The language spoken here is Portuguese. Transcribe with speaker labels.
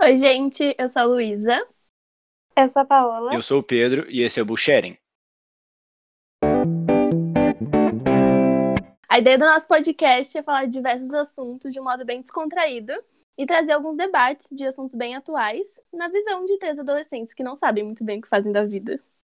Speaker 1: Oi, gente, eu sou a Luísa.
Speaker 2: Eu sou a Paola.
Speaker 3: Eu sou o Pedro e esse é o Bullsharing.
Speaker 1: A ideia do nosso podcast é falar de diversos assuntos de um modo bem descontraído e trazer alguns debates de assuntos bem atuais na visão de três adolescentes que não sabem muito bem o que fazem da vida.